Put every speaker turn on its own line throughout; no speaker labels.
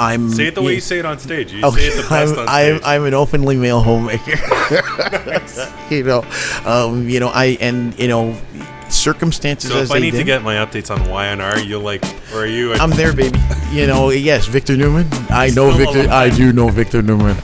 I'm
Say it the way you say it on stage. You
Okay,
say it the best
I'm,
on
I'm,
stage.
I'm an openly male homemaker. you know, um, you know, I and you know, circumstances
so
as
if I
they
need to
did-
get my updates on YNR, you'll like, or are you?
I'm there, baby. You know, yes, Victor Newman. I know
Still
Victor.
alive.
I do know Victor Newman.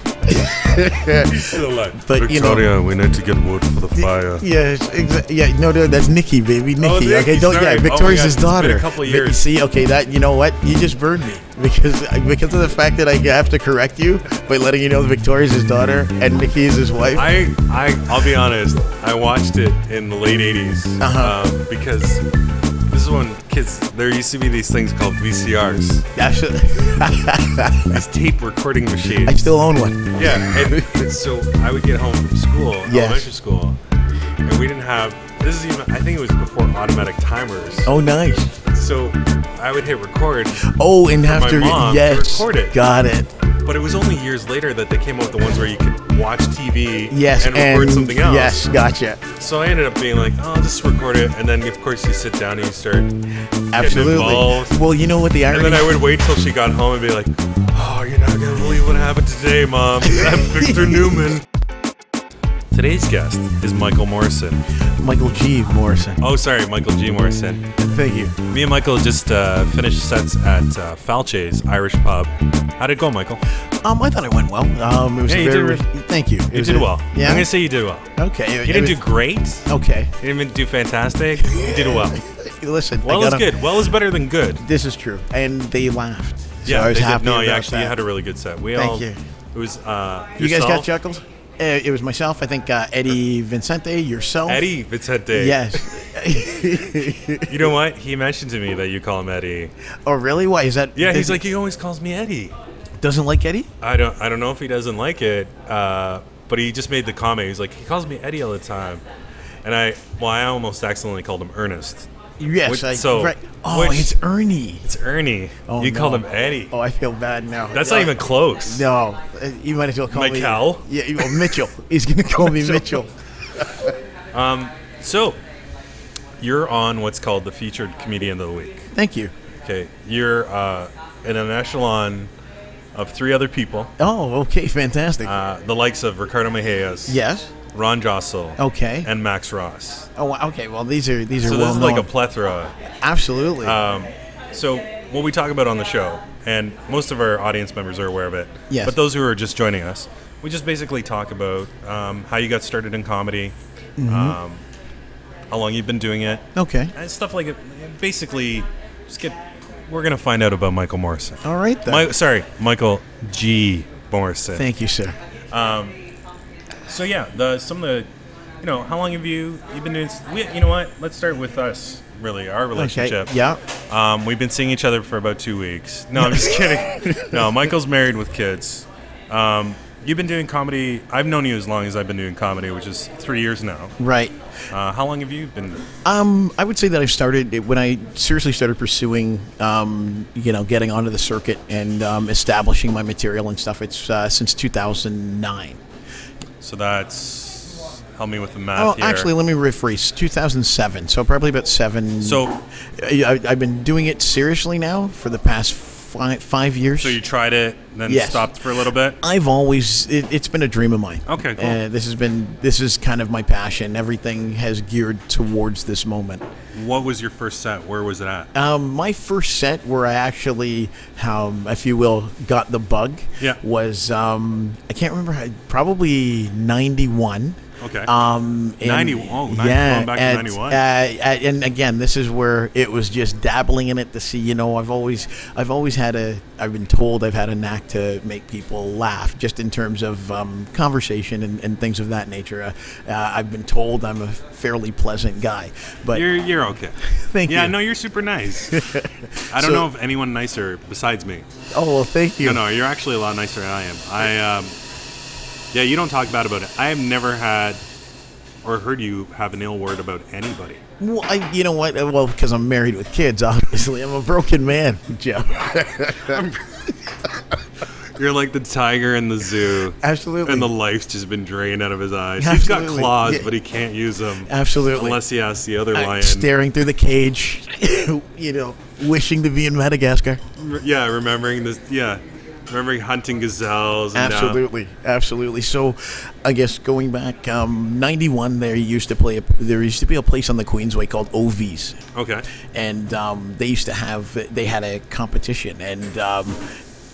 still alive.
But, you know-
Victoria, we need to get wood for the fire.
Yes, exa- yeah, no, no, that's Nikki, baby, Nikki.
Oh, Nikki,
okay, don't,
sorry.
yeah,
Oh my
Victoria's
God,
his
it's been a
daughter.
couple
But
years.
see, okay, that you know what? You just burned me because because of the fact that I have to correct you by letting you know that Victoria's his daughter and Nikki is his wife.
I, I, I'll be honest. I watched it in the late '80s
Uh-huh.
um, because this is when kids. There used to be these things called VCRs,
Actually,
these tape recording machines.
I still own one.
Yeah, and, and so I would get home from school, elementary school, and we didn't have. This is even. I think it was before automatic timers.
Oh, nice.
So I would hit record,
Oh, and
my
after
mom to
yes,
record it.
got it.
but it was only years later that they came up with the ones where you could watch TV
Yes,
and
and,
record something else.
Yes, gotcha.
So I ended up being like, oh, I'll just record it, and then of course you sit down and you start. involved.
Absolutely. Well, you know what the irony.
And then I would wait till she got home and be like, oh, you're not gonna believe what happened today, mom. I'm Victor Newman. Today's guest is Michael Morrison.
Michael G. Morrison.
Oh, sorry, Michael G. Morrison.
Thank you.
Me and Michael just uh, finished sets at uh, Falche's Irish Pub. How'd it go, Michael?
Um, I thought it went well. Um, it was
Yeah,
a
you
very.
did
Thank you. It
You
was
did
a-
well.
Yeah.
I'm gonna say you did well.
okay.
You didn't do great. You
Okay.
didn't even do fantastic. You did well.
Listen. I
Well is
gotta-
good. Well is better than good.
This is true, and they laughed. So
Yeah,
I was
they did-
happy.
No, you
about
actually
that.
had a really good set. We
Thank
all.
you.
It was. Uh,
You guys got
yourself,
chuckles? Uh, it was myself. I think uh, Eddie Vincente, yourself.
Eddie Vicente.
Yes.
You know what? He mentioned to me that you call him Eddie.
oh, really? Why is that?
Yeah,
does
he's
he-
like he always calls me Eddie.
doesn't like Eddie.
I don't. I don't know if he doesn't like it, uh, but he just made the comment. He's like he calls me Eddie all the time, and I. Well, I almost accidentally called him Ernest.
Yes.
Which-
I,
so,
right. Oh,
which-
it's Ernie.
It's Ernie.
Oh,
you
no.
called him Eddie.
Oh, I feel bad now.
That's
Yeah.
not even close.
No, uh, you might as well call me
Mikel?
Yeah, you- well, Mitchell. He's gonna call me Mitchell.
So, you're on what's called the featured comedian of the week.
Thank you.
Okay, you're uh, in an echelon of three other people,
Oh, okay, fantastic.
uh, the likes of Ricardo Mejias,
yes.
Ron Jossel,
Okay.
and Max Ross.
Oh, wow, okay. Well, these are these are
So this
well
is
known.
like a plethora.
Absolutely.
Um, so what we talk about on the show, and most of our audience members are aware of it.
Yes.
But those who are just joining us, we just basically talk about um, how you got started in comedy,
Mm-hmm.
um, how long you've been doing it,
okay.
and stuff like it. Basically, just get. We're gonna find out about Michael Morrison.
All right then.
Mi- sorry, Michael G. Morrison.
Thank you, sir.
so yeah, the some of the, you know, how long have you you been doing? s- We, you know what? Let's start with us. Really, our
Okay.
relationship.
Yeah.
Um, we've been seeing each other for about two weeks. No, I'm just kidding. No, Michael's married with kids. Um, you've been doing comedy. I've known you as long as I've been doing comedy, which is three years now.
Right.
Uh, how long have you been?
Um, I would say that I started it- when I seriously started pursuing, um, you know, getting onto the circuit and um, establishing my material and stuff. It's uh, since 2009.
So that's help me with the math
Oh,
here.
actually, let me rephrase. 2007. So probably about seven.
So-
I, I've been doing it seriously now for the past five, five years.
so you tried it, then
Yes.
stopped for a little bit.
I've always it, it's been a dream of mine.
Okay, cool.
Uh, this has been this is kind of my passion. Everything has geared towards this moment.
What was your first set? Where was it at?
Um, my first set where I actually, um, if you will, got the bug
Yeah.
was um, I can't remember how- probably ninety one.
Okay.
Um, and-
90 oh, 90 going back to
at-
91.
uh, at- and again, this is where it was just dabbling in it to see. You know, I've always, I've always had a, I've been told I've had a knack to make people laugh, just in terms of um, conversation and, and things of that nature. Uh, uh, I've been told I'm a fairly pleasant guy, but
You're you're okay.
Thank
yeah,
you.
no, you're super nice. I don't
So-
know of anyone nicer besides me.
oh well, thank you.
No, no, you're actually a lot nicer than I am. I um, yeah, you don't talk bad about it. I have never had or heard you have an ill word about anybody.
Well, I, you know what? Uh, Well, because I'm married with kids, obviously, I'm a broken man, Joe.
You're like the tiger in the zoo.
Absolutely.
And the life's just been drained out of his eyes. He's got
Absolutely.
claws,
Yeah.
but he can't use them.
Absolutely.
Unless he asks the other lion.
Staring through the cage, you know, wishing to be in Madagascar.
Yeah, remembering this. Yeah. remembering hunting gazelles. And, uh,
Absolutely, absolutely. So, I guess going back um, '91, there used to play. A, there used to be a place on the Queensway called OVs,
okay.
and um, they used to have. They had a competition, and um,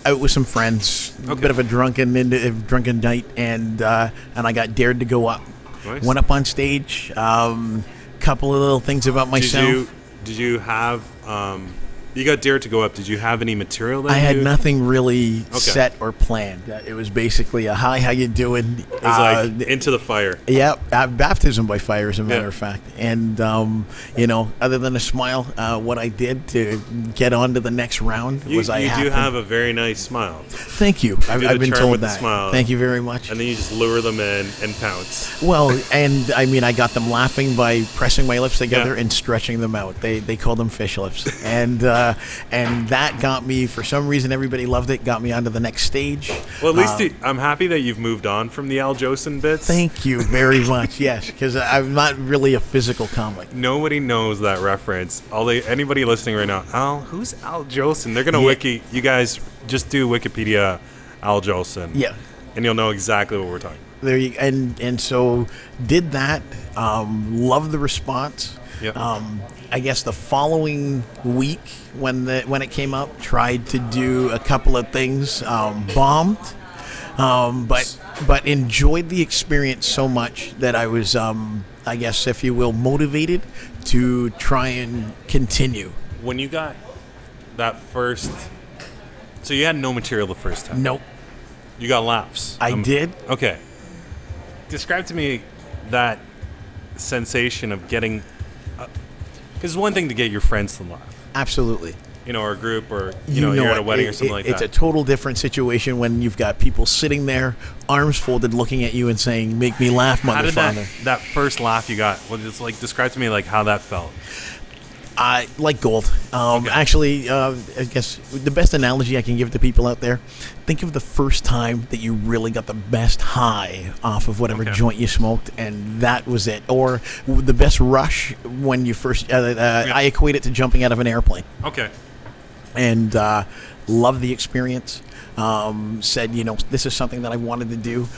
out with some friends, a bit of a drunken, a drunken night, and uh, and I got dared to go up.
Nice.
Went up on stage. Um, couple of little things about
Did
myself.
you did you have um, you got dared to go up? Did you have any material? That
I had
you,
nothing really set or planned. Uh, It was basically a hi, how you doing? Uh, It
It was like into the fire.
yeah, uh, baptism by fire, as a matter
Yeah.
of fact. And um, you know, other than a smile, uh, what I did to get on to the next round
You,
was I
you do
happened-
have a very nice smile,
Thank you. I've,
do
I've
the
been
charm
told
with the
that.
smile.
Thank you very much.
and then you just lure them in and pounce.
Well, and I mean, I got them laughing by pressing my lips together
Yeah.
and stretching them out. They they call them fish lips, and uh, and that got me for some reason. Everybody loved it. Got me onto the next stage.
Well, at least
Um,
you, I'm happy that you've moved on from the Al Jolson bits.
Thank you very much. yes, because I'm not really a physical comic.
Nobody knows that reference. All they anybody listening right now, Al, who's Al Jolson? They're gonna
Yeah.
wiki. You guys just do Wikipedia, Al Jolson.
Yeah.
and you'll know exactly what we're talking.
There you, and and so did that. Um, love the response.
Yep.
Um, I guess the following week when the when it came up, tried to do a couple of things. Um, bombed, um, but but enjoyed the experience so much that I was, um, I guess, if you will, motivated to try and continue.
When you got that first, so you had no material the first time.
Nope,
You got laughs.
I
Um,
did.
Okay. Describe to me that sensation of getting. Because it's one thing to get your friends to laugh,
Absolutely.
you know, or a group, or you, know, you're at a
it-
wedding
it-
or something
it-
like
it's
that.
a total different situation when you've got people sitting there, arms folded, looking at you and saying, "Make me laugh,
how did
motherfucker."
that, that first laugh you got? Well, just like describe to me like how that felt.
I like gold. Um, Actually, uh, I guess the best analogy I can give to people out there: think of the first time that you really got the best high off of whatever
Okay.
joint you smoked, and that was it. Or w- the best rush when you first. Uh, uh, I equate it to jumping out of an airplane.
Okay.
and uh, loved the experience. Um, said, you know, this is something that I wanted to do.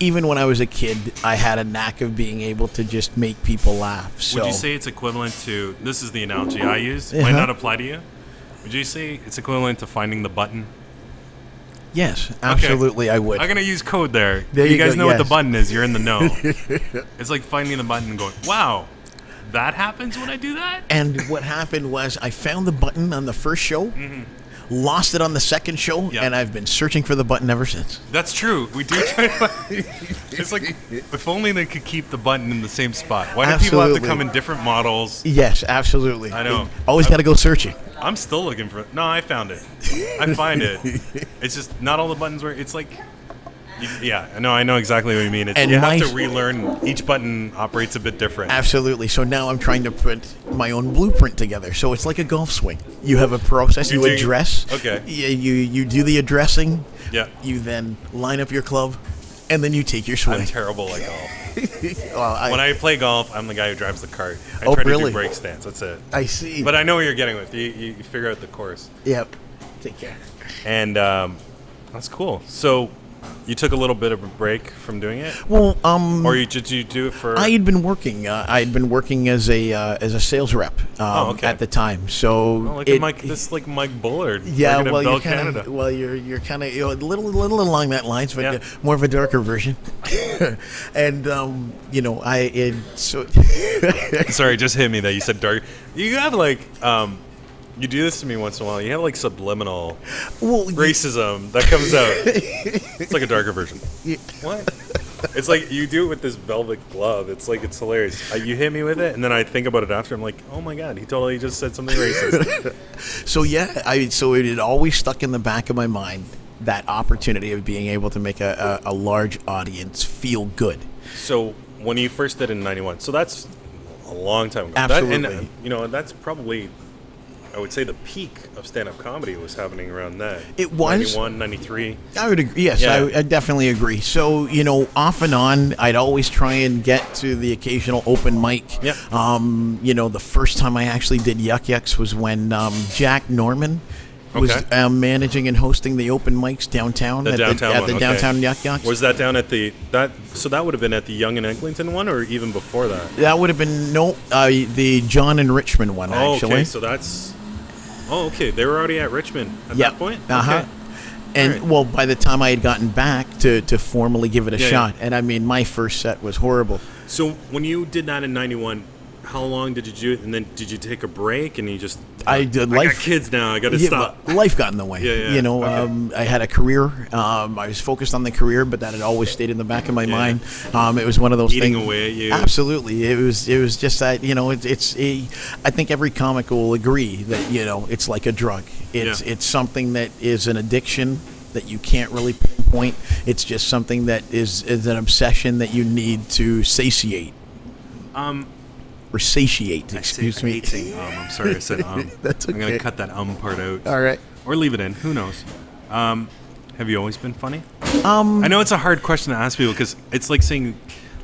Even when I was a kid, I had a knack of being able to just make people laugh. So,
Would you say it's equivalent to this is the analogy I use? Might
Uh-huh.
not apply to you. Would you say it's equivalent to finding the button?
yes, absolutely, I would.
I'm gonna use code there.
There
you,
you
guys
go,
know what
yes.
the button is. You're in the know. it's like finding the button and going, "Wow, that happens when I do that."
And what happened was, I found the button on the first show,
Mm-hmm.
lost it on the second show,
Yeah.
and I've been searching for the button ever since.
That's true. We do. Try to, it's like if only they could keep the button in the same spot. Why do people have to
Absolutely.
come in different models?
Yes, absolutely.
I know.
Always got to go searching.
I'm still looking for. No, I found it. I find it. It's just not all the buttons were. It's like. you- Yeah, I know. I know exactly what you mean. It's,
And
you have
my-
to relearn. Each button operates a bit different.
Absolutely. So now I'm trying to put my own blueprint together. So it's like a golf swing. You have a process.
You're
you
doing-
address.
okay.
y- You you do the addressing.
Yeah.
You then line up your club, and then you take your swing.
I'm terrible at golf.
Well, I,
When I play golf, I'm the guy who drives the cart. I
Oh,
try to do
really?
brake stance. That's it.
I see.
But I know where you're getting with. You, you you figure out the course,
yep. Take care.
and um, that's cool. So you took a little bit of a break from doing it,
Well, um,
or you did you do it for?
I had been working. Uh, I had been working as a uh, as a sales rep um,
Oh, okay.
at the time. So
Oh, look
it-
at Mike. This is like Mike Bullard.
Yeah,
working at
well,
Bell
you're kind of
Canada.
well, you're you're kind of you know, a little little along that lines, but
Yeah.
uh, more of a darker version. and um, you know, I it, so
Sorry, it just hit me that you said dark. You have like um, you do this to me once in a while. You have like subliminal
well, you-
racism that comes out. it's like a darker version. What? It's like you do it with this velvet glove. It's like it's hilarious. Uh, you hit me with it, and then I think about it after. I'm like, oh my god, he totally just said something racist.
so yeah, I so it had always stuck in the back of my mind that opportunity of being able to make a, a, a large audience feel good.
so when you first did it in '91, so that's a long time ago. That- and,
Absolutely.
uh, you know, that's probably. I would say the peak of stand-up comedy was happening around then.
It was?
91, 93.
I would agree. Yes,
Yeah.
I, I definitely agree. So you know, off and on, I'd always try and get to the occasional open mic.
Yeah.
Um, you know, the first time I actually did Yuck Yucks was when um, Jack Norman was
Okay.
um, managing and hosting the open mics downtown
The
at
downtown
the, at
one.
the
okay.
downtown Yuck Yucks.
Was that down at the that? So that would have been at the Young and Eglinton one, or even before that.
that would have been no uh, the John and Richmond one
Oh,
actually.
okay. So that's. Oh, okay. They were already at Richmond at
Yeah.
that point.
Uh-huh.
Okay.
And
Alright.
well, by the time I had gotten back to, to formally give it a
Yeah, yeah.
shot, and I mean, my first set was horrible.
So when you did that in '91, how long did you do it? And then did you take a break? And you just
I did
I
life-
got kids now. I got to
Yeah,
stop.
but Life got in the way.
Yeah, yeah,
You know,
okay.
um, I had a career. Um, I was focused on the career, but that had always stayed in the back of my mind. Um, it was one of those
Eating
things.
away at you.
Ah, Absolutely. It was. It was just that. You know, it, it's. A, I think every comic will agree that you know it's like a drug. It's.
Yeah.
It's something that is an addiction that you can't really pinpoint. It's just something that is is an obsession that you need to satiate. Um. Or satiate. Excuse me.
Eating. Um, I'm sorry, I said um.
That's
I'm gonna
okay.
cut that um part out.
All right.
Or leave it in. Who knows? Um, have you always been funny? Um, I know it's a hard question to ask people because it's like saying,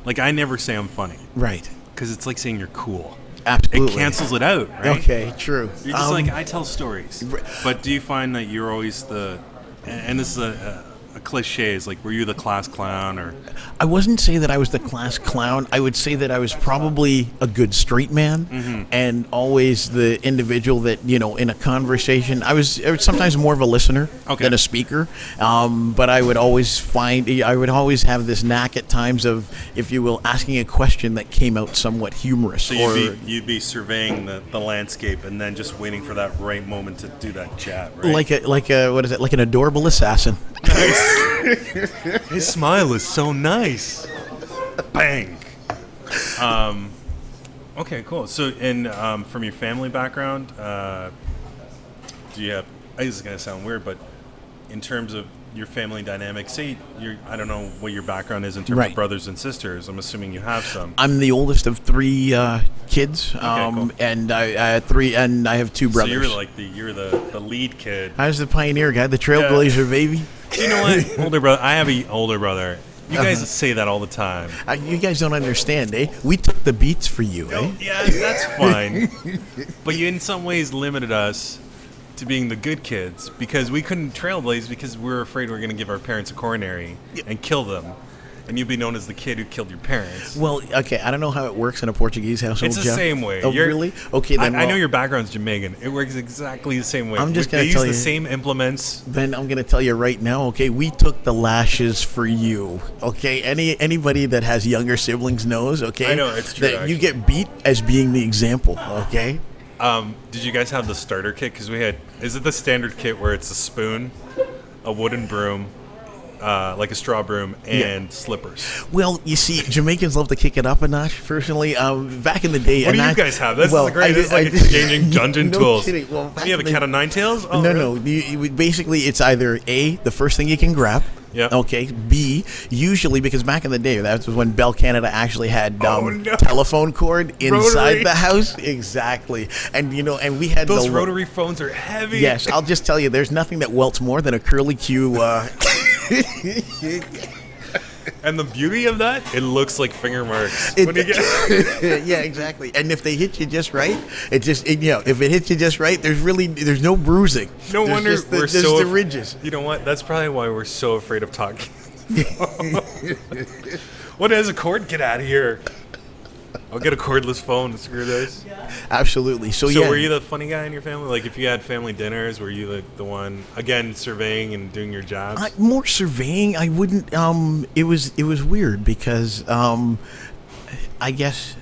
like I never say I'm funny
Right.
because it's like saying you're cool.
Absolutely.
It cancels it out, right?
Okay. True.
You're just
Um,
like I tell stories, but do you find that you're always the? And and this is a, a, a cliche. Is like, were you the class clown or?
I wouldn't say that I was the class clown. I would say that I was probably a good straight man
Mm-hmm.
and always the individual that, you know, in a conversation, I was, I was sometimes more of a listener
Okay.
than a speaker. Um, but I would always find, I would always have this knack at times of, if you will, asking a question that came out somewhat humorous.
So
or,
you'd be, you'd be surveying the, the landscape and then just waiting for that right moment to do that chat, right?
like a, like a, what is it? Like an adorable assassin.
his smile is so nice. Bang. Um, okay, cool. So, and um, from your family background, uh, do you have? This is gonna sound weird, but in terms of your family dynamic, say you're, I don't know what your background is in terms
Right.
of brothers and sisters. I'm assuming you have some.
I'm the oldest of three uh, kids. Um,
cool.
And I, I had three, and I have two
So
brothers.
you're like the you're the, the lead kid.
I was the pioneer guy, the trailblazer, baby.
You know what? older brother. I have an older brother. You
Uh-huh.
guys say that all the time.
Uh, you guys don't understand, eh? We took the beats for you, eh?
Yeah, that's fine. but you, in some ways, limited us to being the good kids because we couldn't trailblaze because we were afraid we were going to give our parents a coronary and kill them, and you'd be known as the kid who killed your parents.
Well, okay, I don't know how it works in a Portuguese household.
It's the
Jeff.
same way.
Oh,
You're-
really? Okay,
I,
then.
I know
well,
your background's Jamaican. It works exactly the same way.
I'm just
We-
gonna
they
tell
use
you-
the same implements.
Then I'm gonna tell you right now. Okay, we took the lashes for you. Okay, any anybody that has younger siblings knows. Okay,
I know, it's true,
That you get beat as being the example. Okay.
Um, did you guys have the starter kit? Because we had. Is it the standard kit where it's a spoon, a wooden broom, uh, like a straw broom, and slippers?
Well, you see, Jamaicans love to kick it up a notch. Personally, um, back in the day,
What
and
do you
I-
guys have? This
well,
is great.
I-
this is like
I-
exchanging dungeon
no
tools.
Kidding. Well,
do you have a
back in
cat
the-
of nine tails? Oh,
no,
really?
no. You, you, would- basically, it's either A, the first thing you can grab.
Yep.
Okay. B, usually because back in the day, that was when Bell Canada actually had um,
Oh, no.
telephone cord inside
Rotary.
the house. Exactly. And you know, and we had
Those
the
rotary phones are heavy.
Yes, I'll just tell you, there's nothing that welts more than a curly Q. Uh,
And the beauty of that, it looks like finger marks.
It-
when you get,
yeah, exactly. And if they hit you just right, it just it, you know if it hits you just right, there's really there's no bruising.
no
There's
wonder
just the,
we're
just
so
the
af-
ridges.
You know what? That's probably why we're so afraid of talking. what is a cord? Get out of here! I'll get a cordless phone. Screw this.
Absolutely. So,
So
yeah.
were you the funny guy in your family? Like if you had family dinners, were you like the one again surveying and doing your jobs?
I, more surveying. I wouldn't. Um, it was it was weird because um, I guess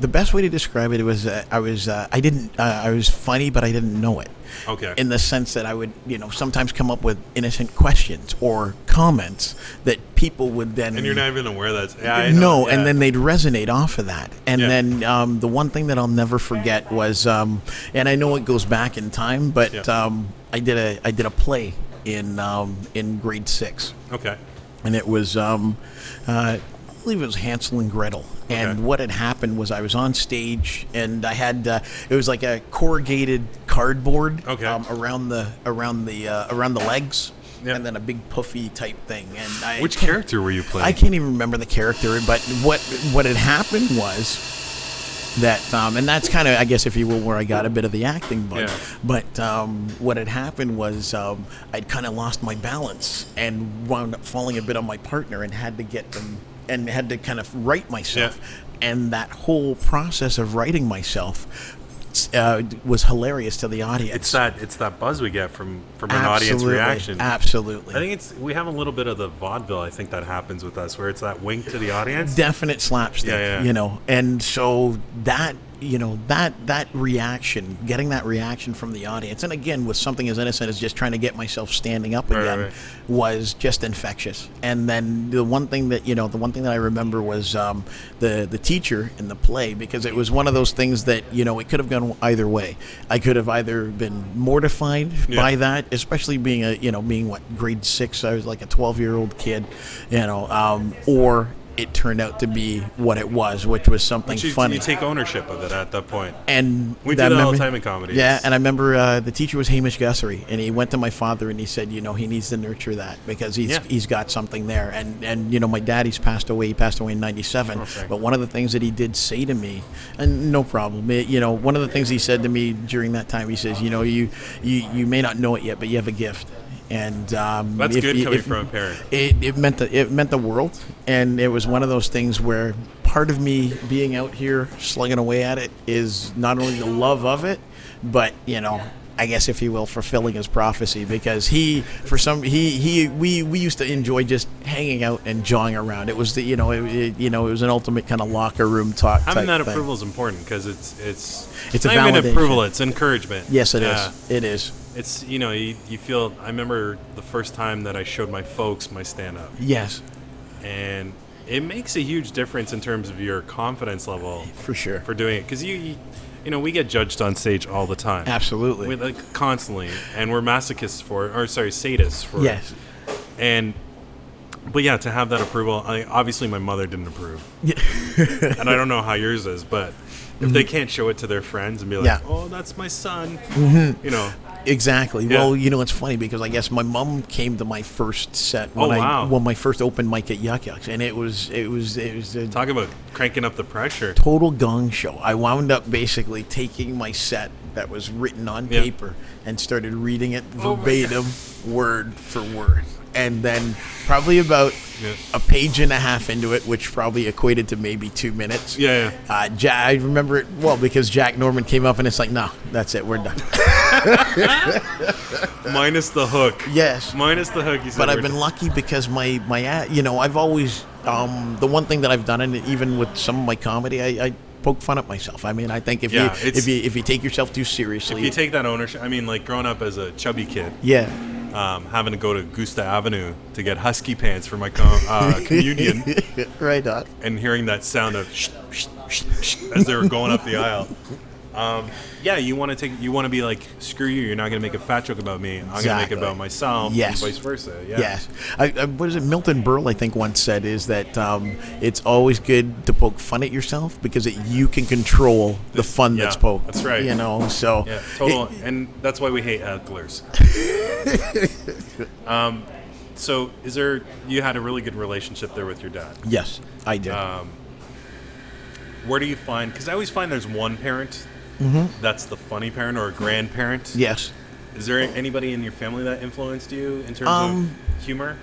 the best way to describe it was uh, I was uh, I didn't uh, I was funny, but I didn't know it.
Okay.
In the sense that I would you know sometimes come up with innocent questions or comments that people would then
and you're not even aware that's yeah. I know,
no, and
yeah.
then they'd resonate off of that. And
Yeah.
then um, the one thing that I'll never forget was, um, and I know it goes back in time, but
Yeah.
um, I did a I did a play in um, in grade six,
okay.
and it was um, uh, I believe it was Hansel and Gretel. And
Okay.
what had happened was I was on stage, and I had uh, it was like a corrugated cardboard
Okay.
um, around the around the uh, around the legs.
Yeah.
And then a big puffy type thing, and I
Which character were you playing?
I can't even remember the character, but what what had happened was that um, and that's kind of I guess if you will where I got a bit of the acting but
Yeah.
but um, what had happened was um, I'd kind of lost my balance and wound up falling a bit on my partner and had to get them and had to kind of right myself and that whole process of writing myself uh, was hilarious to the audience
It's that it's that buzz we get from from an audience
Absolutely,
reaction.
absolutely
I think it's we have a little bit of the vaudeville. I think that happens with us, where it's that wink to the audience.
definite slapstick,
Yeah, yeah.
you know. And so that, you know, that that reaction, getting that reaction from the audience, and again with something as innocent as just trying to get myself standing up
Right,
again,
right.
was just infectious. And then the one thing that you know, the one thing that I remember was um, the the teacher in the play because it was one of those things that you know it could have gone either way. I could have either been mortified
Yeah.
by that, especially being a you know being what grade six, I was like a twelve year old kid, you know, um, or it turned out to be what it was, which was something
You,
funny
you take ownership of it at that point.
and
We
that
do that all
memory-
the time in comedy.
Yeah,
It's-
and I remember uh, the teacher was Hamish Gussery, and he went to my father and he said, you know, he needs to nurture that because he's
Yeah.
he's got something there. And and you know, my daddy's passed away. He passed away in '97.
sorry.
But one of the things that he did say to me, and no problem, it- you know, one of the things he said to me during that time, he says, you know, you you you may not know it yet, but you have a gift. And um,
That's
if
good
you-
coming
if-
from a parent.
it, it meant the, it meant the world, and it was one of those things where part of me being out here slugging away at it is not only the love of it, but you know, I guess if you will, fulfilling his prophecy because he, for some, he he we we used to enjoy just hanging out and jawing around. It was the you know it, it- you know it was an ultimate kind of locker room talk.
Having
type
that
thing.
approval is important because it's it's
It's a
not even
validation.
approval. It's encouragement.
Yes, it is.
Yeah.
It is.
It's you know you, you feel. I remember the first time that I showed my folks my stand up,
Yes,
and it makes a huge difference in terms of your confidence level
for sure.
for doing it because you, you you know we get judged on stage all the time.
Absolutely.
We, like constantly, and we're masochists for, it, or sorry, sadists for. it.
yes.
And, but yeah, to have that approval, I, obviously my mother didn't approve,
Yeah. Mm-hmm.
and I don't know how yours is, but if they can't show it to their friends and be like,
Yeah. Mm-hmm.
"Oh, that's my son," you know,
Exactly.
Yeah.
Well, you know, it's funny because I guess my mom came to my first set when
Oh,
I
wow.
when my first open mic at Yuck Yucks, and it was it was it was a
talk about cranking up the pressure.
total gong show. I wound up basically taking my set that was written on
Yeah.
paper and started reading it
Oh my
verbatim, word for word, and then probably about
Yeah.
a page and a half into it, which probably equated to maybe two minutes.
Yeah, yeah.
Uh, ja- I remember it well because Jack Norman came up and it's like, no, that's it, we're done.
Minus the hook.
yes.
Minus the hook. You said
but I've
we're-
been lucky because my my a- you know I've always um, the one thing that I've done and even with some of my comedy I, I poke fun at myself. I mean I think if
Yeah,
you
it's-
if you if you take yourself too seriously,
If you take that ownership, I mean, like growing up as a chubby kid,
yeah,
um, having to go to Gusta Avenue to get husky pants for my com- uh, communion.
right on.
and hearing that sound of sh- sh- sh- sh- as they were going up the aisle. Um, yeah, you want to take, you want to be like, screw you, you're not gonna make a fat joke about me. I'm gonna make it
Exactly.
about myself.
Yes.
And vice versa. Yeah.
Yes. I, I, what is it? Milton Berle, I think, once said is that um, it's always good to poke fun at yourself because it, you can control the fun
yeah,
that's poked.
that's right.
You know, so
Yeah.
it-
Total. and that's why we hate hecklers. um, so is there? You had a really good relationship there with your dad.
yes, I did.
Uh, Where do you find? Because I always find there's one parent.
Mm-hmm.
That's the funny parent or a grandparent.
yes.
Is there anybody in your family that influenced you in terms
Um,
of humor?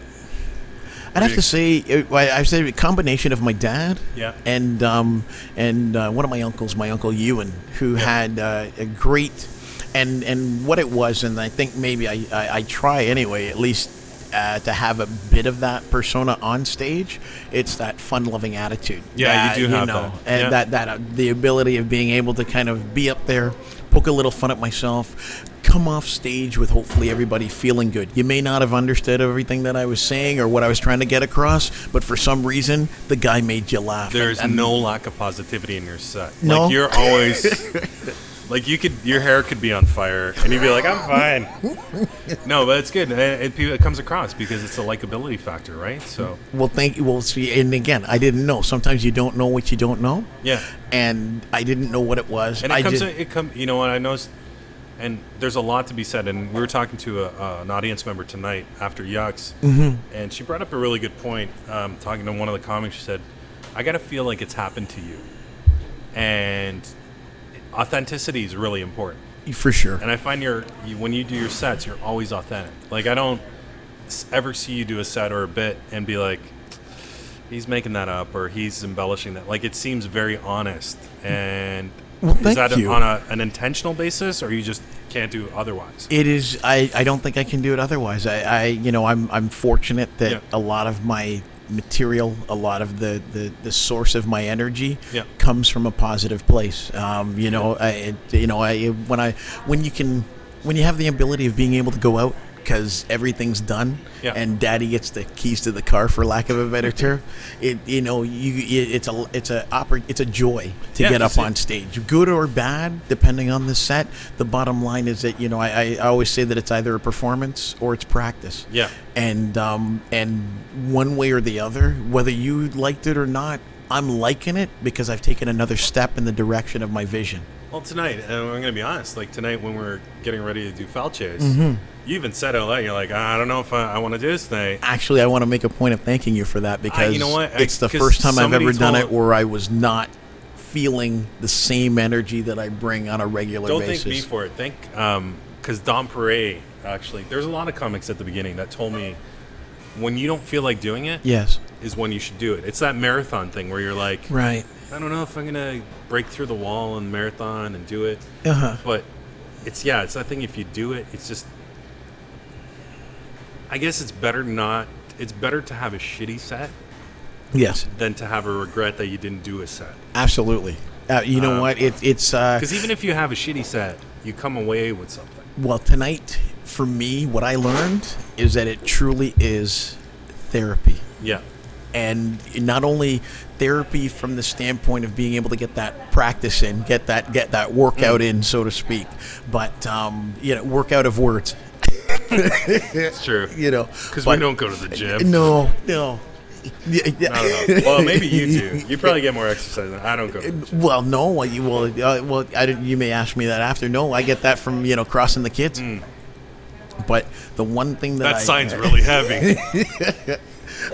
I'd have to say, it- well, I'd say a combination of my dad
Yeah.
and um, and uh, one of my uncles, my uncle Ewan, who had uh, a great and and what it was, and I think maybe I, I, I try anyway, at least uh, to have a bit of that persona on stage. It's that fun-loving attitude.
Yeah, you
that,
do have that.
and
Yeah.
that that uh, the ability of being able to kind of be up there, poke a little fun at myself, come off stage with hopefully everybody feeling good. You may not have understood everything that I was saying or what I was trying to get across, but for some reason the guy made you laugh.
There's
And- and-
no lack of positivity in your set.
No?
Like you're always like you could your hair could be on fire and you'd be like, I'm fine. No, but it's good. It, it, it comes across because it's a likability factor, right? So
Well, thank you. Well, see, and again, I didn't know. Sometimes you don't know what you don't know.
Yeah.
And I didn't know what it was.
and it
I
comes
ju-
it come you know what I noticed and there's a lot to be said and we were talking to a, uh, an audience member tonight after Yucks and she brought up a really good point um, talking to one of the comics she said I gotta feel like it's happened to you and authenticity is really important.
for sure.
And I find your you, when you do your sets, you're always authentic. Like I don't s- ever see you do a set or a bit and be like, he's making that up or he's embellishing that. Like it seems very honest. And
Well,
is
thank
that
you.
on a, an intentional basis or you just can't do otherwise?
It is. I, I don't think I can do it otherwise. I, I you know I'm I'm fortunate that
Yeah.
a lot of my material, a lot of the, the, the source of my energy
Yeah.
comes from a positive place. Um, you know, I it, you know I when I when you can when you have the ability of being able to go out because everything's done
Yeah.
and daddy gets the keys to the car for lack of a better term it you know you it, it's a it's a oppor- it's a joy to
Yeah,
get
it's
up
a-
on stage, good or bad, depending on the set. The bottom line is that you know I, I always say that it's either a performance or it's practice.
Yeah.
And um, and one way or the other, whether you liked it or not, I'm liking it because I've taken another step in the direction of my vision.
Well, tonight, and I'm going to be honest, like tonight when we're getting ready to do Foul Chase,
Mm-hmm.
you even said out loud, you're like, I don't know if I, I want to do this tonight.
Actually, I want to make a point of thanking you for that because
know what? I-
it's the
'cause
first time I've
somebody
ever done
told-
it where I was not feeling the same energy that I bring on a regular
Don't
basis.
thank me for it. Thank, um, because Don Pere actually. There's a lot of comics at the beginning that told me when you don't feel like doing it is
yes.
when you should do it. It's that marathon thing where you're like,
Right.
I don't know if I'm gonna break through the wall and marathon and do it,
Uh-huh.
but it's yeah, it's that thing. If you do it, it's just. I guess it's better not. It's better to have a shitty set
Yes.
than to have a regret that you didn't do a set.
Absolutely. Uh, you
Um,
know what? It, it's uh,
Because even if you have a shitty set, you come away with something.
well tonight for me. What I learned is that it truly is therapy,
Yeah.
and not only therapy from the standpoint of being able to get that practice in, get that get that workout
Mm.
in, so to speak, but um, you know, workout of words.
It's true.
You know,
Because we
but-
don't go to the gym.
No, no. Yeah, yeah.
I don't know. Well, maybe you do. You probably get more exercise than I don't go. To the gym.
Well, no. Well, you well, uh, well. I didn't, you may ask me that after. No, I get that from you know crossing the kids. But the one thing that
Mm. That
I,
sign's really heavy.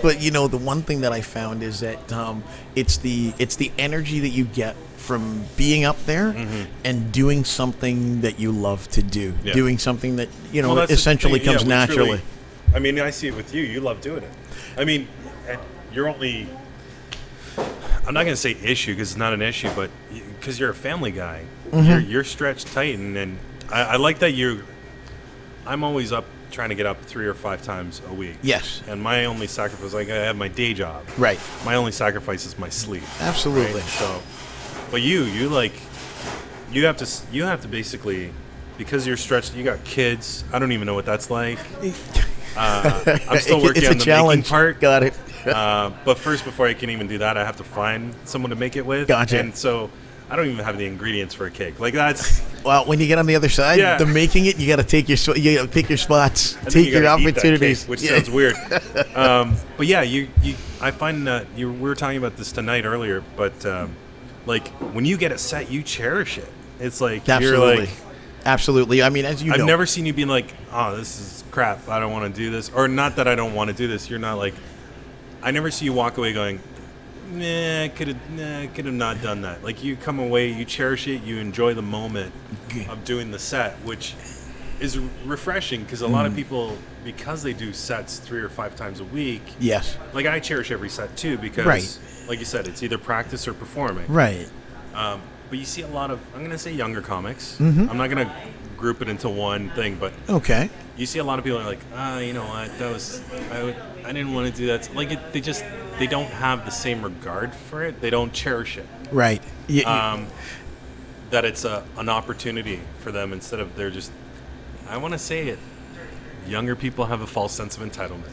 But you know, the one thing that I found is that um, it's the it's the energy that you get from being up there and doing something that you love to do,
Mm-hmm. Yeah.
doing something that you know
Well, that's the
essentially
thing, yeah,
comes
we
naturally.
truly- I mean, I see it with you. You love doing it. I mean, and you're only. I'm not going to say issue because it's not an issue, but because you're a family guy,
Mm-hmm.
you're, you're stretched tight, and, and I, I like that you. I'm always up trying to get up three or five times a week.
Yes.
And my only sacrifice, like I have my day job.
Right.
My only sacrifice is my sleep.
Absolutely.
Right? So, but you, you like, you have to, s- you have to basically, because you're stretched, you got kids. I don't even know what that's like. Uh, I'm still
It's-
working
it's
on
a
the
challenge.
making part.
Got it.
Uh, but first, before I can even do that, I have to find someone to make it with.
Gotcha.
And so, I don't even have the ingredients for a cake. Like that's
Well, when you get on the other side,
Yeah.
the making it, you got to take your sw- you got to pick your spots,
And then
take
you
your
gotta eat that
opportunities.
cake, which
Yeah.
sounds weird. Um, but yeah, you, you I find that you we were talking about this tonight earlier, but um, like when you get a set, you cherish it. It's like
Absolutely.
you're like
Absolutely. I mean, as you
I've
know,
never seen you being like, "Oh, this is crap. I don't want to do this," or not that I don't want to do this. You're not like, I never see you walk away going, "Nah, could have, nah, could have not done that." Like you come away, you cherish it, you enjoy the moment
Okay.
of doing the set, which is refreshing because a lot
Mm-hmm.
of people, because they do sets three or five times a week,
Yes.
like I cherish every set too because,
Right.
like you said, it's either practice or performing.
Right.
Um, but you see a lot of, I'm going to say younger comics.
Mm-hmm.
I'm not going to group it into one thing, but
Okay.
you see a lot of people are like, ah, you know what, that was, I, would, I didn't want to do that. Like, it, they just, they don't have the same regard for it. They don't cherish it.
Right. Y- y-
Um, that it's a, an opportunity for them instead of they're just, I want to say it. Younger people have a false sense of entitlement.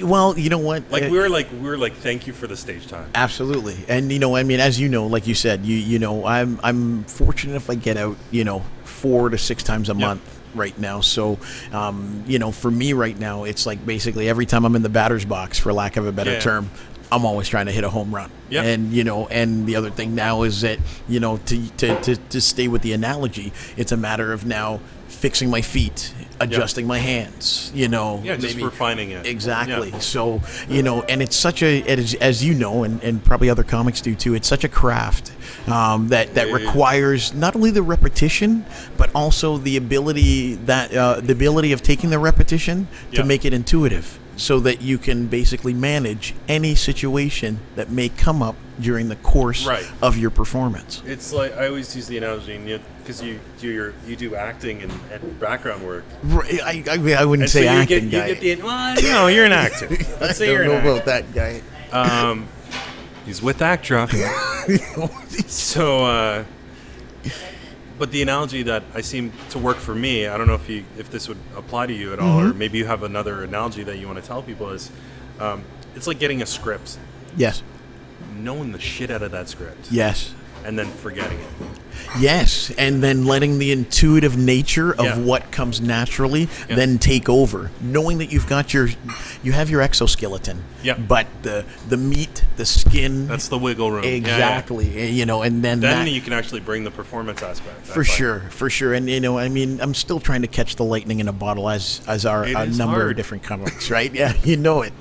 well, you know what?
Like
Uh,
we were like we were like thank you for the stage time.
Absolutely, and you know, I mean, as you know, like you said, you you know, I'm I'm fortunate if I get out, you know, four to six times a month right now. So, um, you know, for me right now, it's like basically every time I'm in the batter's box, for lack of a better
Yeah.
term, I'm always trying to hit a home run.
Yeah.
And you know, and the other thing now is that you know, to to to, to stay with the analogy, it's a matter of now fixing my feet adjusting my hands, you know.
Yeah, just
maybe-
refining it.
Exactly.
Yeah.
So, you know, and it's such a, it is, as you know, and, and probably other comics do too, it's such a craft um, that, that
Yeah.
requires not only the repetition, but also the ability that, uh, the ability of taking the repetition
Yeah.
to make it intuitive so that you can basically manage any situation that may come up during the course
Right.
of your performance.
It's like I always use the analogy because you do your you do acting and, and background work.
R- I, I, I wouldn't
And
say
so you get
acting
you
guy.
get the well, no, you're an actor. Let's say
I
you're
don't
an
know
actor.
about that guy.
Um, he's with ACTRA. so, uh, but the analogy that I seem to work for me, I don't know if you if this would apply to you at all, or
Mm-hmm.
maybe you have another analogy that you want to tell people is, um, it's like getting a script,
yes.
knowing the shit out of that script,
Yes.
and then forgetting it.
Yes, and then letting the intuitive nature of
Yeah.
what comes naturally
Yeah.
then take over, knowing that you've got your, you have your exoskeleton.
Yeah.
But the the meat, the skin.
That's the wiggle room. Yeah, yeah.
exactly. You know, and then
Then
that,
you can actually bring the performance aspect.
for sure, for sure. And you know, I mean, I'm still trying to catch the lightning in a bottle, as as are
It
a
is
number
hard.
of different comics, right? Yeah, you know it.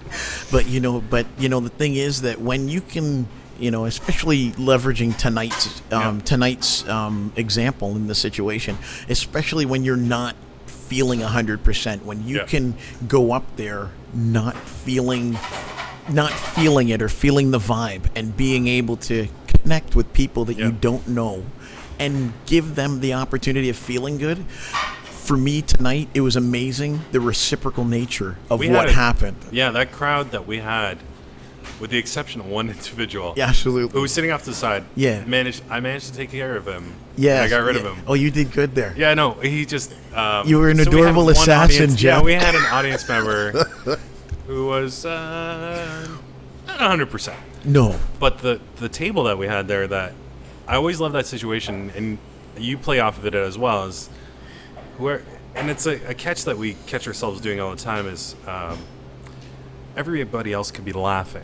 But you know, but you know, the thing is that when you can, you know, especially leveraging tonight's um,
Yeah.
tonight's um, example in the situation, especially when you're not feeling 100% when you
Yeah.
can go up there not feeling not feeling it or feeling the vibe and being able to connect with people that
Yeah.
you don't know and give them the opportunity of feeling good. For me tonight, it was amazing the reciprocal nature of
We
what
had a-
happened.
Yeah, that crowd that we had, with the exception of one individual.
Yeah, absolutely.
Who was sitting off to the side.
Yeah.
Managed. I managed to take care of him.
Yes,
And I got rid
yeah.
of him.
Oh, you did good there.
Yeah, no, he just. Um,
You were an
so we had
adorable
one
assassin,
audience,
Jeff.
Yeah, we had an audience member who was uh, not hundred percent,
No.
but the the table that we had there that I always love that situation, and you play off of it as well as where, and it's a, a catch that we catch ourselves doing all the time is um, everybody else could be laughing,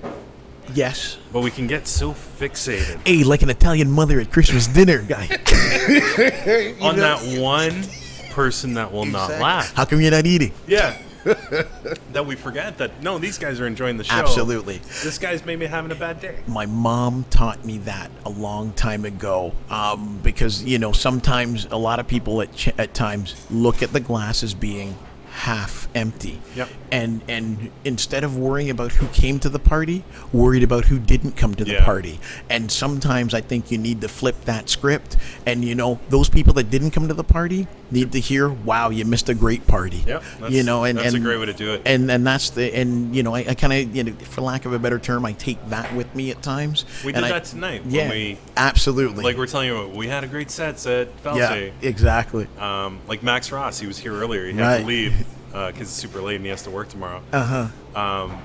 Yes.
but we can get so fixated
Hey, like an Italian mother at Christmas dinner, guy.
on that one person that will not laugh.
How come you're not eating?
Yeah. that we forget that no, these guys are enjoying the show.
Absolutely.
This guy's maybe having a bad day.
my mom taught me that a long time ago um, because you know sometimes a lot of people at, ch- at times look at the glass as being half empty
Yep.
and and instead of worrying about who came to the party worried about who didn't come to the
Yeah.
party and sometimes i think you need to flip that script and you know those people that didn't come to the party need to hear wow you missed a great party
Yep, that's-
you know and
that's a
and-
great way to do it.
and and that's the and you know I, I kind of you know for lack of a better term I take that with me at times.
We
and
did
I-
that tonight when
Yeah,
we-
absolutely.
Like we're telling you, we had a great set at
yeah,
Falsey.
exactly.
Um, like Max Ross, he was here earlier. He had to
Right.
leave because it's super late and he has to work tomorrow. Uh
Uh-huh.
huh. Um,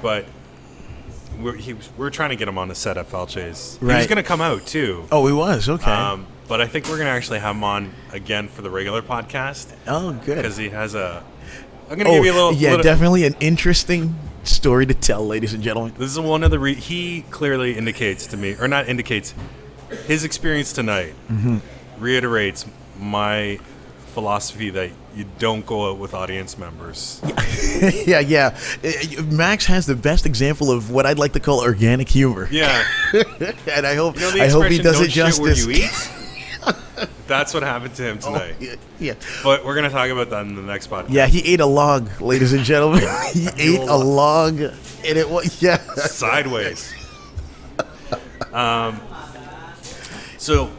but we're, he was, we're trying to get him on the set at Falche's. He was
Right.
going to come out too.
Oh, he was okay.
Um, but I think we're going to actually have him on again for the regular podcast
oh, good.
because he has a. I'm going to
Oh,
give you a little.
yeah,
little-
definitely an interesting story to tell, ladies and gentlemen.
This is one of the re- he clearly indicates to me, or not indicates, his experience tonight
Mm-hmm.
reiterates my philosophy that you don't go out with audience members.
yeah, yeah. Uh, uh, Max has the best example of what I'd like to call organic humor,
Yeah,
and I hope
you know the
I hope he
expression,
does
"Don't
it
shit where
justice. Oh,
you eat?" That's what happened to him tonight.
yeah, yeah,
But we're gonna talk about that in the next podcast.
yeah. He ate a log, ladies and gentlemen. he ate a log, and it was yeah.
Sideways. um, so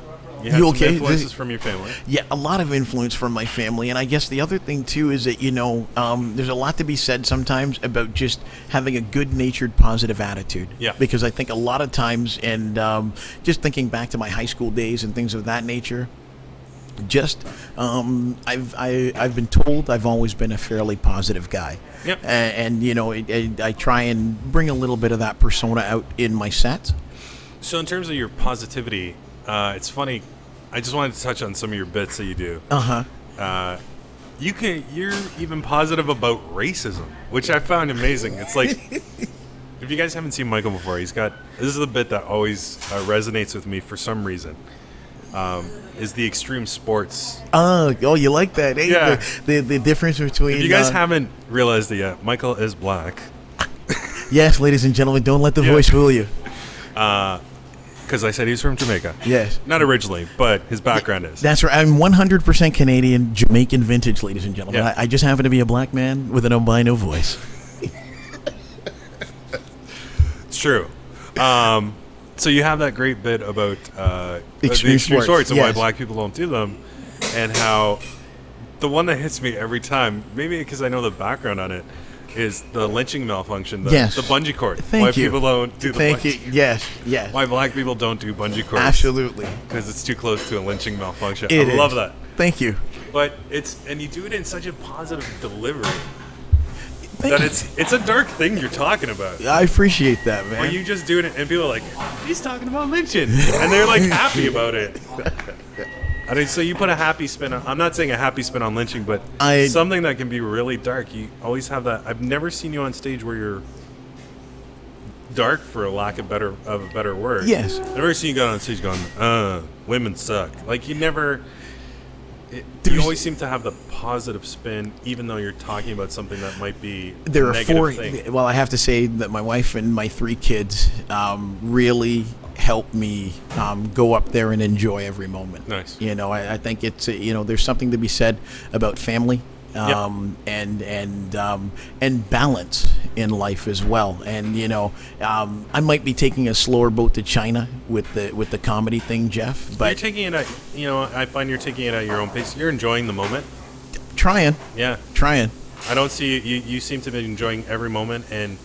you had
You
some
okay?
influences
This-
from your family.
yeah, a lot of influence from my family, and I guess the other thing too is that you know, um, there's a lot to be said sometimes about just having a good-natured, positive attitude.
Yeah.
Because I think a lot of times, and um, just thinking back to my high school days and things of that nature, just um, I've I, I've been told I've always been a fairly positive guy.
Yep.
A- And, you know, it, it, I try and bring a little bit of that persona out in my set.
So, in terms of your positivity, uh, it's funny. I just wanted to touch on some of your bits that you do.
Uh huh.
Uh, you can you're even positive about racism, which I found amazing. It's like if you guys haven't seen Michael before, he's got this is the bit that always uh, resonates with me for some reason. um, is the extreme sports.
Oh, oh, you like that? eh?
Yeah.
The, the, the difference between.
If you guys
uh,
haven't realized it yet, Michael is black.
Yes, ladies and gentlemen, don't let the
Yeah.
voice fool you.
Because I said he's from Jamaica.
Yes.
Not originally, but his background is.
That's right. I'm 100% Canadian, Jamaican vintage, ladies and gentlemen.
Yeah.
I, I just happen to be a black man with an albino voice.
It's true. Um, so you have that great bit about uh,
Extreme
the extreme
sports,
sports, and why
yes.
black people don't do them, and how the one that hits me every time, maybe because I know the background on it, is the lynching malfunction, the,
Yes.
the bungee cord.
Thank
why
you.
people don't do the
Thank you.
bungee.
Yes, yes.
Why black people don't do bungee cords?
Absolutely.
Because it's too close to a lynching malfunction.
It
I
is.
love that.
Thank you.
But it's and you do it in such a positive delivery
Thank
that
you.
it's it's a dark thing you're talking about.
I appreciate that, man.
Are you just doing it? And people are like, he's talking about lynching. And they're like happy about it. I mean, so you put a happy spin on, I'm not saying a happy spin on lynching, but
I-
something that can be really dark. You always have that. I've never seen you on stage where you're dark for a lack of better of a better word.
Yes.
I've never seen you go on stage going, uh, women suck. Like you never, it, you
There's-
always seem to have the positive spin, even though you're talking about something that might be
there
a
are
negative
four.
thing.
Well, I have to say that my wife and my three kids um, really help me um, go up there and enjoy every moment.
Nice.
You know, I, I think it's uh, you know there's something to be said about family. Um, and and um, and balance in life as well. And you know, um, I might be taking a slower boat to China with the with the comedy thing, Jeff.
you're
But
taking it at you know i find you're taking it at your own pace you're enjoying the moment
trying,
yeah
trying.
i don't see you you seem to be enjoying every moment and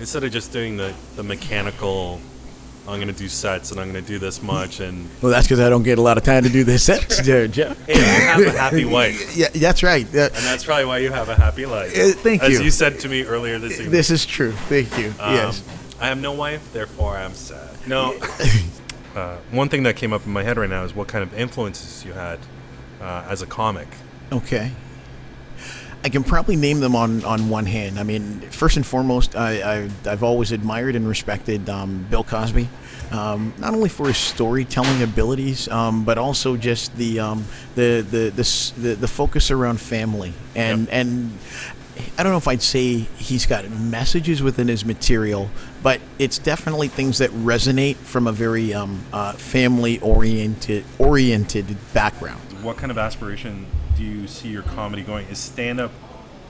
instead of just doing the the mechanical i'm gonna do sets and i'm gonna do this much and
Well, that's because I don't get a lot of time to do this sets there, Jeff.
hey you have a happy wife
Yeah, that's right. Uh, Yeah.
and that's probably why you have a happy life
Uh, thank
as
you.
you said to me earlier this evening
This is true. Thank you.
Um,
yes.
I have no wife, therefore I'm sad. No. uh, one thing that came up in my head right now is what kind of influences you had uh, as a comic.
Okay. I can probably name them on, on one hand. I mean, first and foremost, I, I, I've always admired and respected um, Bill Cosby, um, not only for his storytelling abilities, um, but also just the, um, the, the, the, s- the, the focus around family. And,
Yep.
and I don't know if I'd say he's got messages within his material, but it's definitely things that resonate from a very um, uh, family oriented, oriented background.
What kind of aspiration do you see your comedy going? Is stand up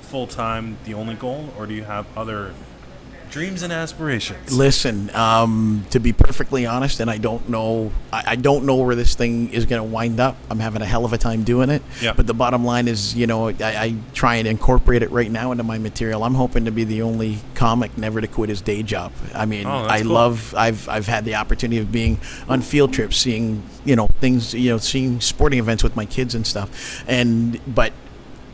full time the only goal, or do you have other dreams and aspirations?
Listen, um, to be perfectly honest, and I don't know, I, I don't know where this thing is going to wind up. I'm having a hell of a time doing it.
Yeah.
But the bottom line is, you know, I, I try and incorporate it right now into my material. I'm hoping to be the only comic never to quit his day job. I mean,
Oh,
I
that's cool.
love. I've I've had the opportunity of being on field trips, seeing you know things, you know, seeing sporting events with my kids and stuff. And but.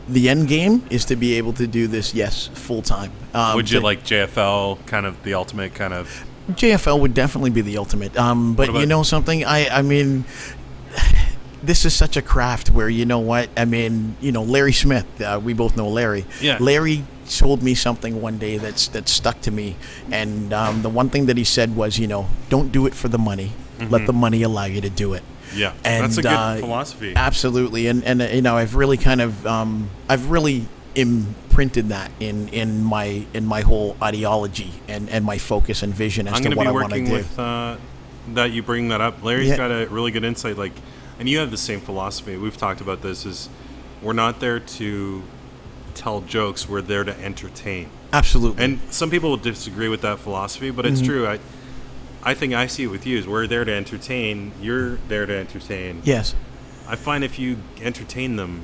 The end game is to be able to do this, yes, full time. Um,
Would you
but-
like JFL, kind of the ultimate kind of?
JFL would definitely be the ultimate. Um, but
What about-
you know something? I, I mean, this is such a craft where you know what? I mean, you know, Larry Smith. Uh, we both know Larry.
Yeah.
Larry told me something one day that's that stuck to me, and um, the one thing that he said was, you know, don't do it for the money.
Mm-hmm.
Let the money allow you to do it.
Yeah,
And,
that's a good
uh,
philosophy.
Absolutely, and and uh, you know, I've really kind of, um, I've really imprinted that in in my in my whole ideology and and my focus and vision as
I'm
to
going to
what
be
I want to
working
do.
with uh, that. You bring that up. Larry's
Yeah.
got a really good insight. Like, and you have the same philosophy. We've talked about this. Is we're not there to tell jokes. We're there to entertain.
Absolutely.
And some people will disagree with that philosophy, but it's
Mm-hmm.
true. I, I think I see it with you. Is we're there to entertain. You're there to entertain.
yes.
I find if you entertain them,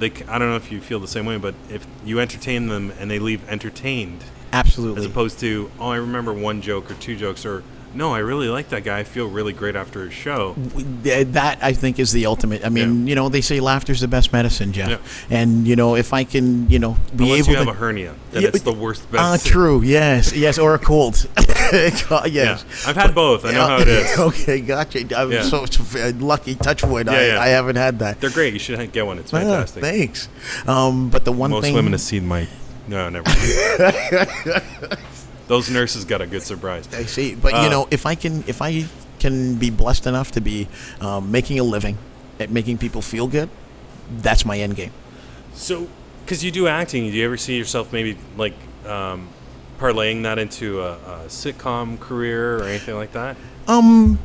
they. c- I don't know if you feel the same way, but if you entertain them and they leave entertained, as
Absolutely.
opposed to oh i remember one joke or two jokes or no i really like that guy i feel really great after his show
Th- that I think is the ultimate. I mean, you know, they say laughter's the best medicine, Jeff.
Yeah.
And you know, if I can, you know, be
unless
able
you have
to.
a hernia then
Yeah,
it's
but-
the worst
Ah,
best
true. Yes, yes, or a cold. yes.
yeah i've had both i know how it is
okay, gotcha. I'm
Yeah.
so so lucky. Touch wood. I,
Yeah, yeah.
I haven't had that.
they're great you should get one it's
Ah,
fantastic
thanks. Um, but the one
most
thing
women have seen my no never mind. those nurses got a good surprise
I see. But you
Uh,
know, if I can, if I can be blessed enough to be um, making a living at making people feel good, that's my end game.
So, because you do acting, do you ever see yourself maybe like um, parlaying that into a, a sitcom career or anything like that?
Um,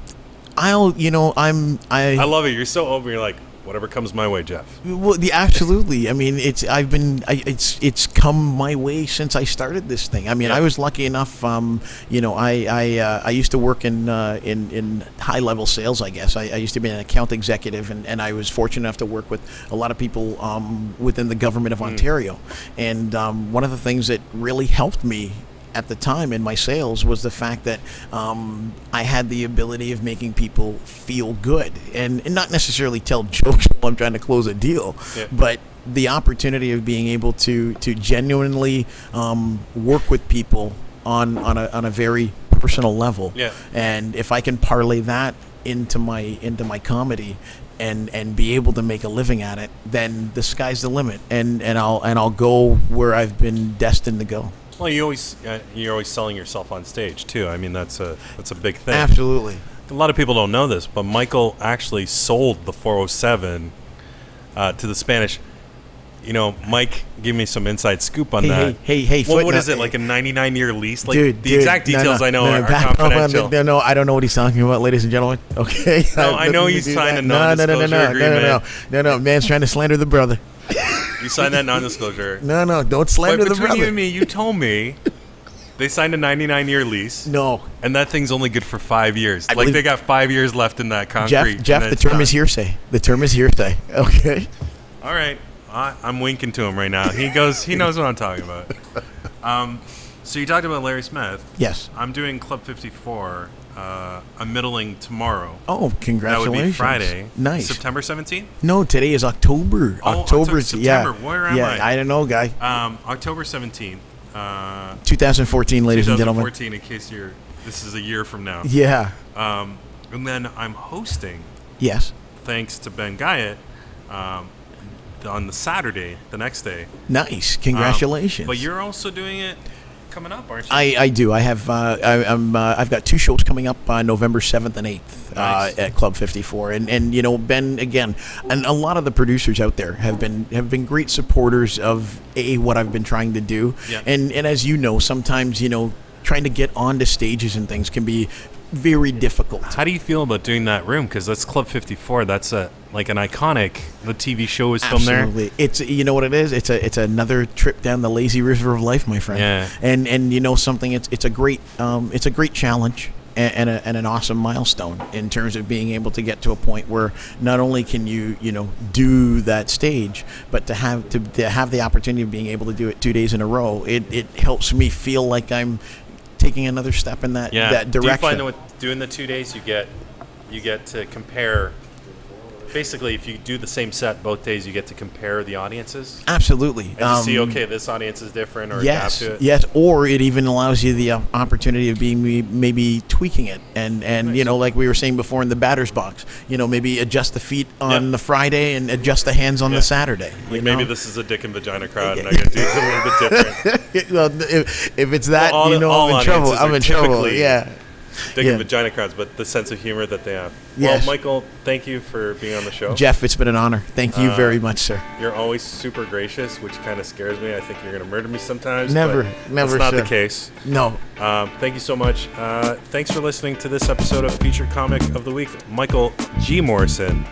I'll you know I'm
I love it. You're so open. You're like, whatever comes my way, Jeff.
Well, the, absolutely. I mean, it's I've been I, it's it's come my way since I started this thing. I mean,
Yeah.
I was lucky enough. Um, you know, I I, uh, I used to work in uh, in in high level sales. I guess I, I used to be an account executive, and, and I was fortunate enough to work with a lot of people um, within the government of Ontario. And um, one of the things that really helped me at the time in my sales was the fact that um, I had the ability of making people feel good and, and not necessarily tell jokes while I'm trying to close a deal,
Yeah.
but the opportunity of being able to to genuinely um, work with people on on a, on a very personal level.
Yeah.
And if I can parlay that into my into my comedy and and be able to make a living at it, then the sky's the limit. And and I'll and I'll go where I've been destined to go.
Well, you always uh, you're always selling yourself on stage too. I mean, that's a that's a big thing.
Absolutely.
A lot of people don't know this, but Michael actually sold the 407 uh, to the Spanish. You know, Mike, give me some inside scoop on
Hey,
that.
hey, hey, hey,
What- what
footnote-
is it like a 99 year lease? Like
dude,
the
dude,
exact
no, no,
details I know
no, no,
are,
back
are
up on the-
confidential.
No, no, I don't know what he's talking about, ladies and gentlemen. Okay.
No, I know he's
do
signed
that.
a
no, no, no, no, no,
non-disclosure
no, no,
agreement.
no, no, man's trying to slander the brother.
You signed that non-disclosure.
No, no, don't
but
slander the
between you
brother.
and me, you told me they signed a 99 year lease,
no,
and that thing's only good for five years. like
believe-
they got five years left in that
Jeff,
concrete. and
Jeff,
then
the
it's
term
done.
is hearsay. The term is hearsay. Okay.
All right, I, I'm winking to him right now. He goes. He knows what I'm talking about. Um, so you talked about Larry Smith.
Yes.
I'm doing Club 54. Uh, I'm middling tomorrow.
Oh,
That
congratulations.
would be Friday.
Nice.
September 17th.
no, today is October.
Oh,
October's
October-
yeah.
September. Where am
yeah,
I?
I don't know, guy.
Um, October 17th. Uh,
2014, ladies and gentlemen.
2014. In case you're, this is a year from now.
Yeah.
Um, and then I'm hosting,
Yes.
thanks to Ben Guyett, um, on the Saturday, the next day.
Nice.
Um,
Congratulations.
but you're also doing it coming up, aren't you?
I, I do. I have uh, I, I'm uh, I've got two shows coming up uh, November seventh and eighth
Nice.
uh, at Club Fifty Four, and and you know Ben again, and a lot of the producers out there have been have been great supporters of a what I've been trying to do,
Yeah.
and and as you know, sometimes you know trying to get onto stages and things can be very difficult.
How do you feel about doing that room? Because that's Club 54. That's a like an iconic. The TV show was filmed there.
Absolutely. It's you know what it is. It's a it's another trip down the lazy river of life, my friend.
Yeah.
And and you know something. It's it's a great um, it's a great challenge and and, a, and an awesome milestone in terms of being able to get to a point where not only can you you know do that stage, but to have to, to have the opportunity of being able to do it two days in a row. It it helps me feel like I'm taking another step in that
Yeah.
that
Do you find
direction.
that with doing the two days, you get you get to compare. Basically, if you do the same set both days, you get to compare the audiences
Absolutely.
and to see.
Um,
Okay, this audience is different, or
yes,
adapt to it.
yes, or it even allows you the uh, opportunity of being me- maybe tweaking it, and and you know, like we were saying before in the batter's box, you know, maybe adjust the feet on
Yeah.
the Friday and adjust the hands on
Yeah.
the Saturday.
Like
you
maybe
know?
this is a dick and vagina crowd, and I got to do it a little bit different.
well, if, if it's that,
Well, all-
you know,
all
I'm in trouble.
audiences
I'm
are
in trouble.
typically-
Yeah.
Dick
Yeah.
and vagina crowds, but the sense of humor that they have.
Yes.
Well, Michael, thank you for being on the show.
Jeff, it's been an honor. Thank
Uh,
you very much, sir.
You're always super gracious, which kind of scares me. I think you're going to murder me sometimes.
Never,
but
never,
That's not
sir.
the case.
No,
Um, thank you so much. Uh, thanks for listening to this episode of Featured Comic of the Week. Michael G. Morrison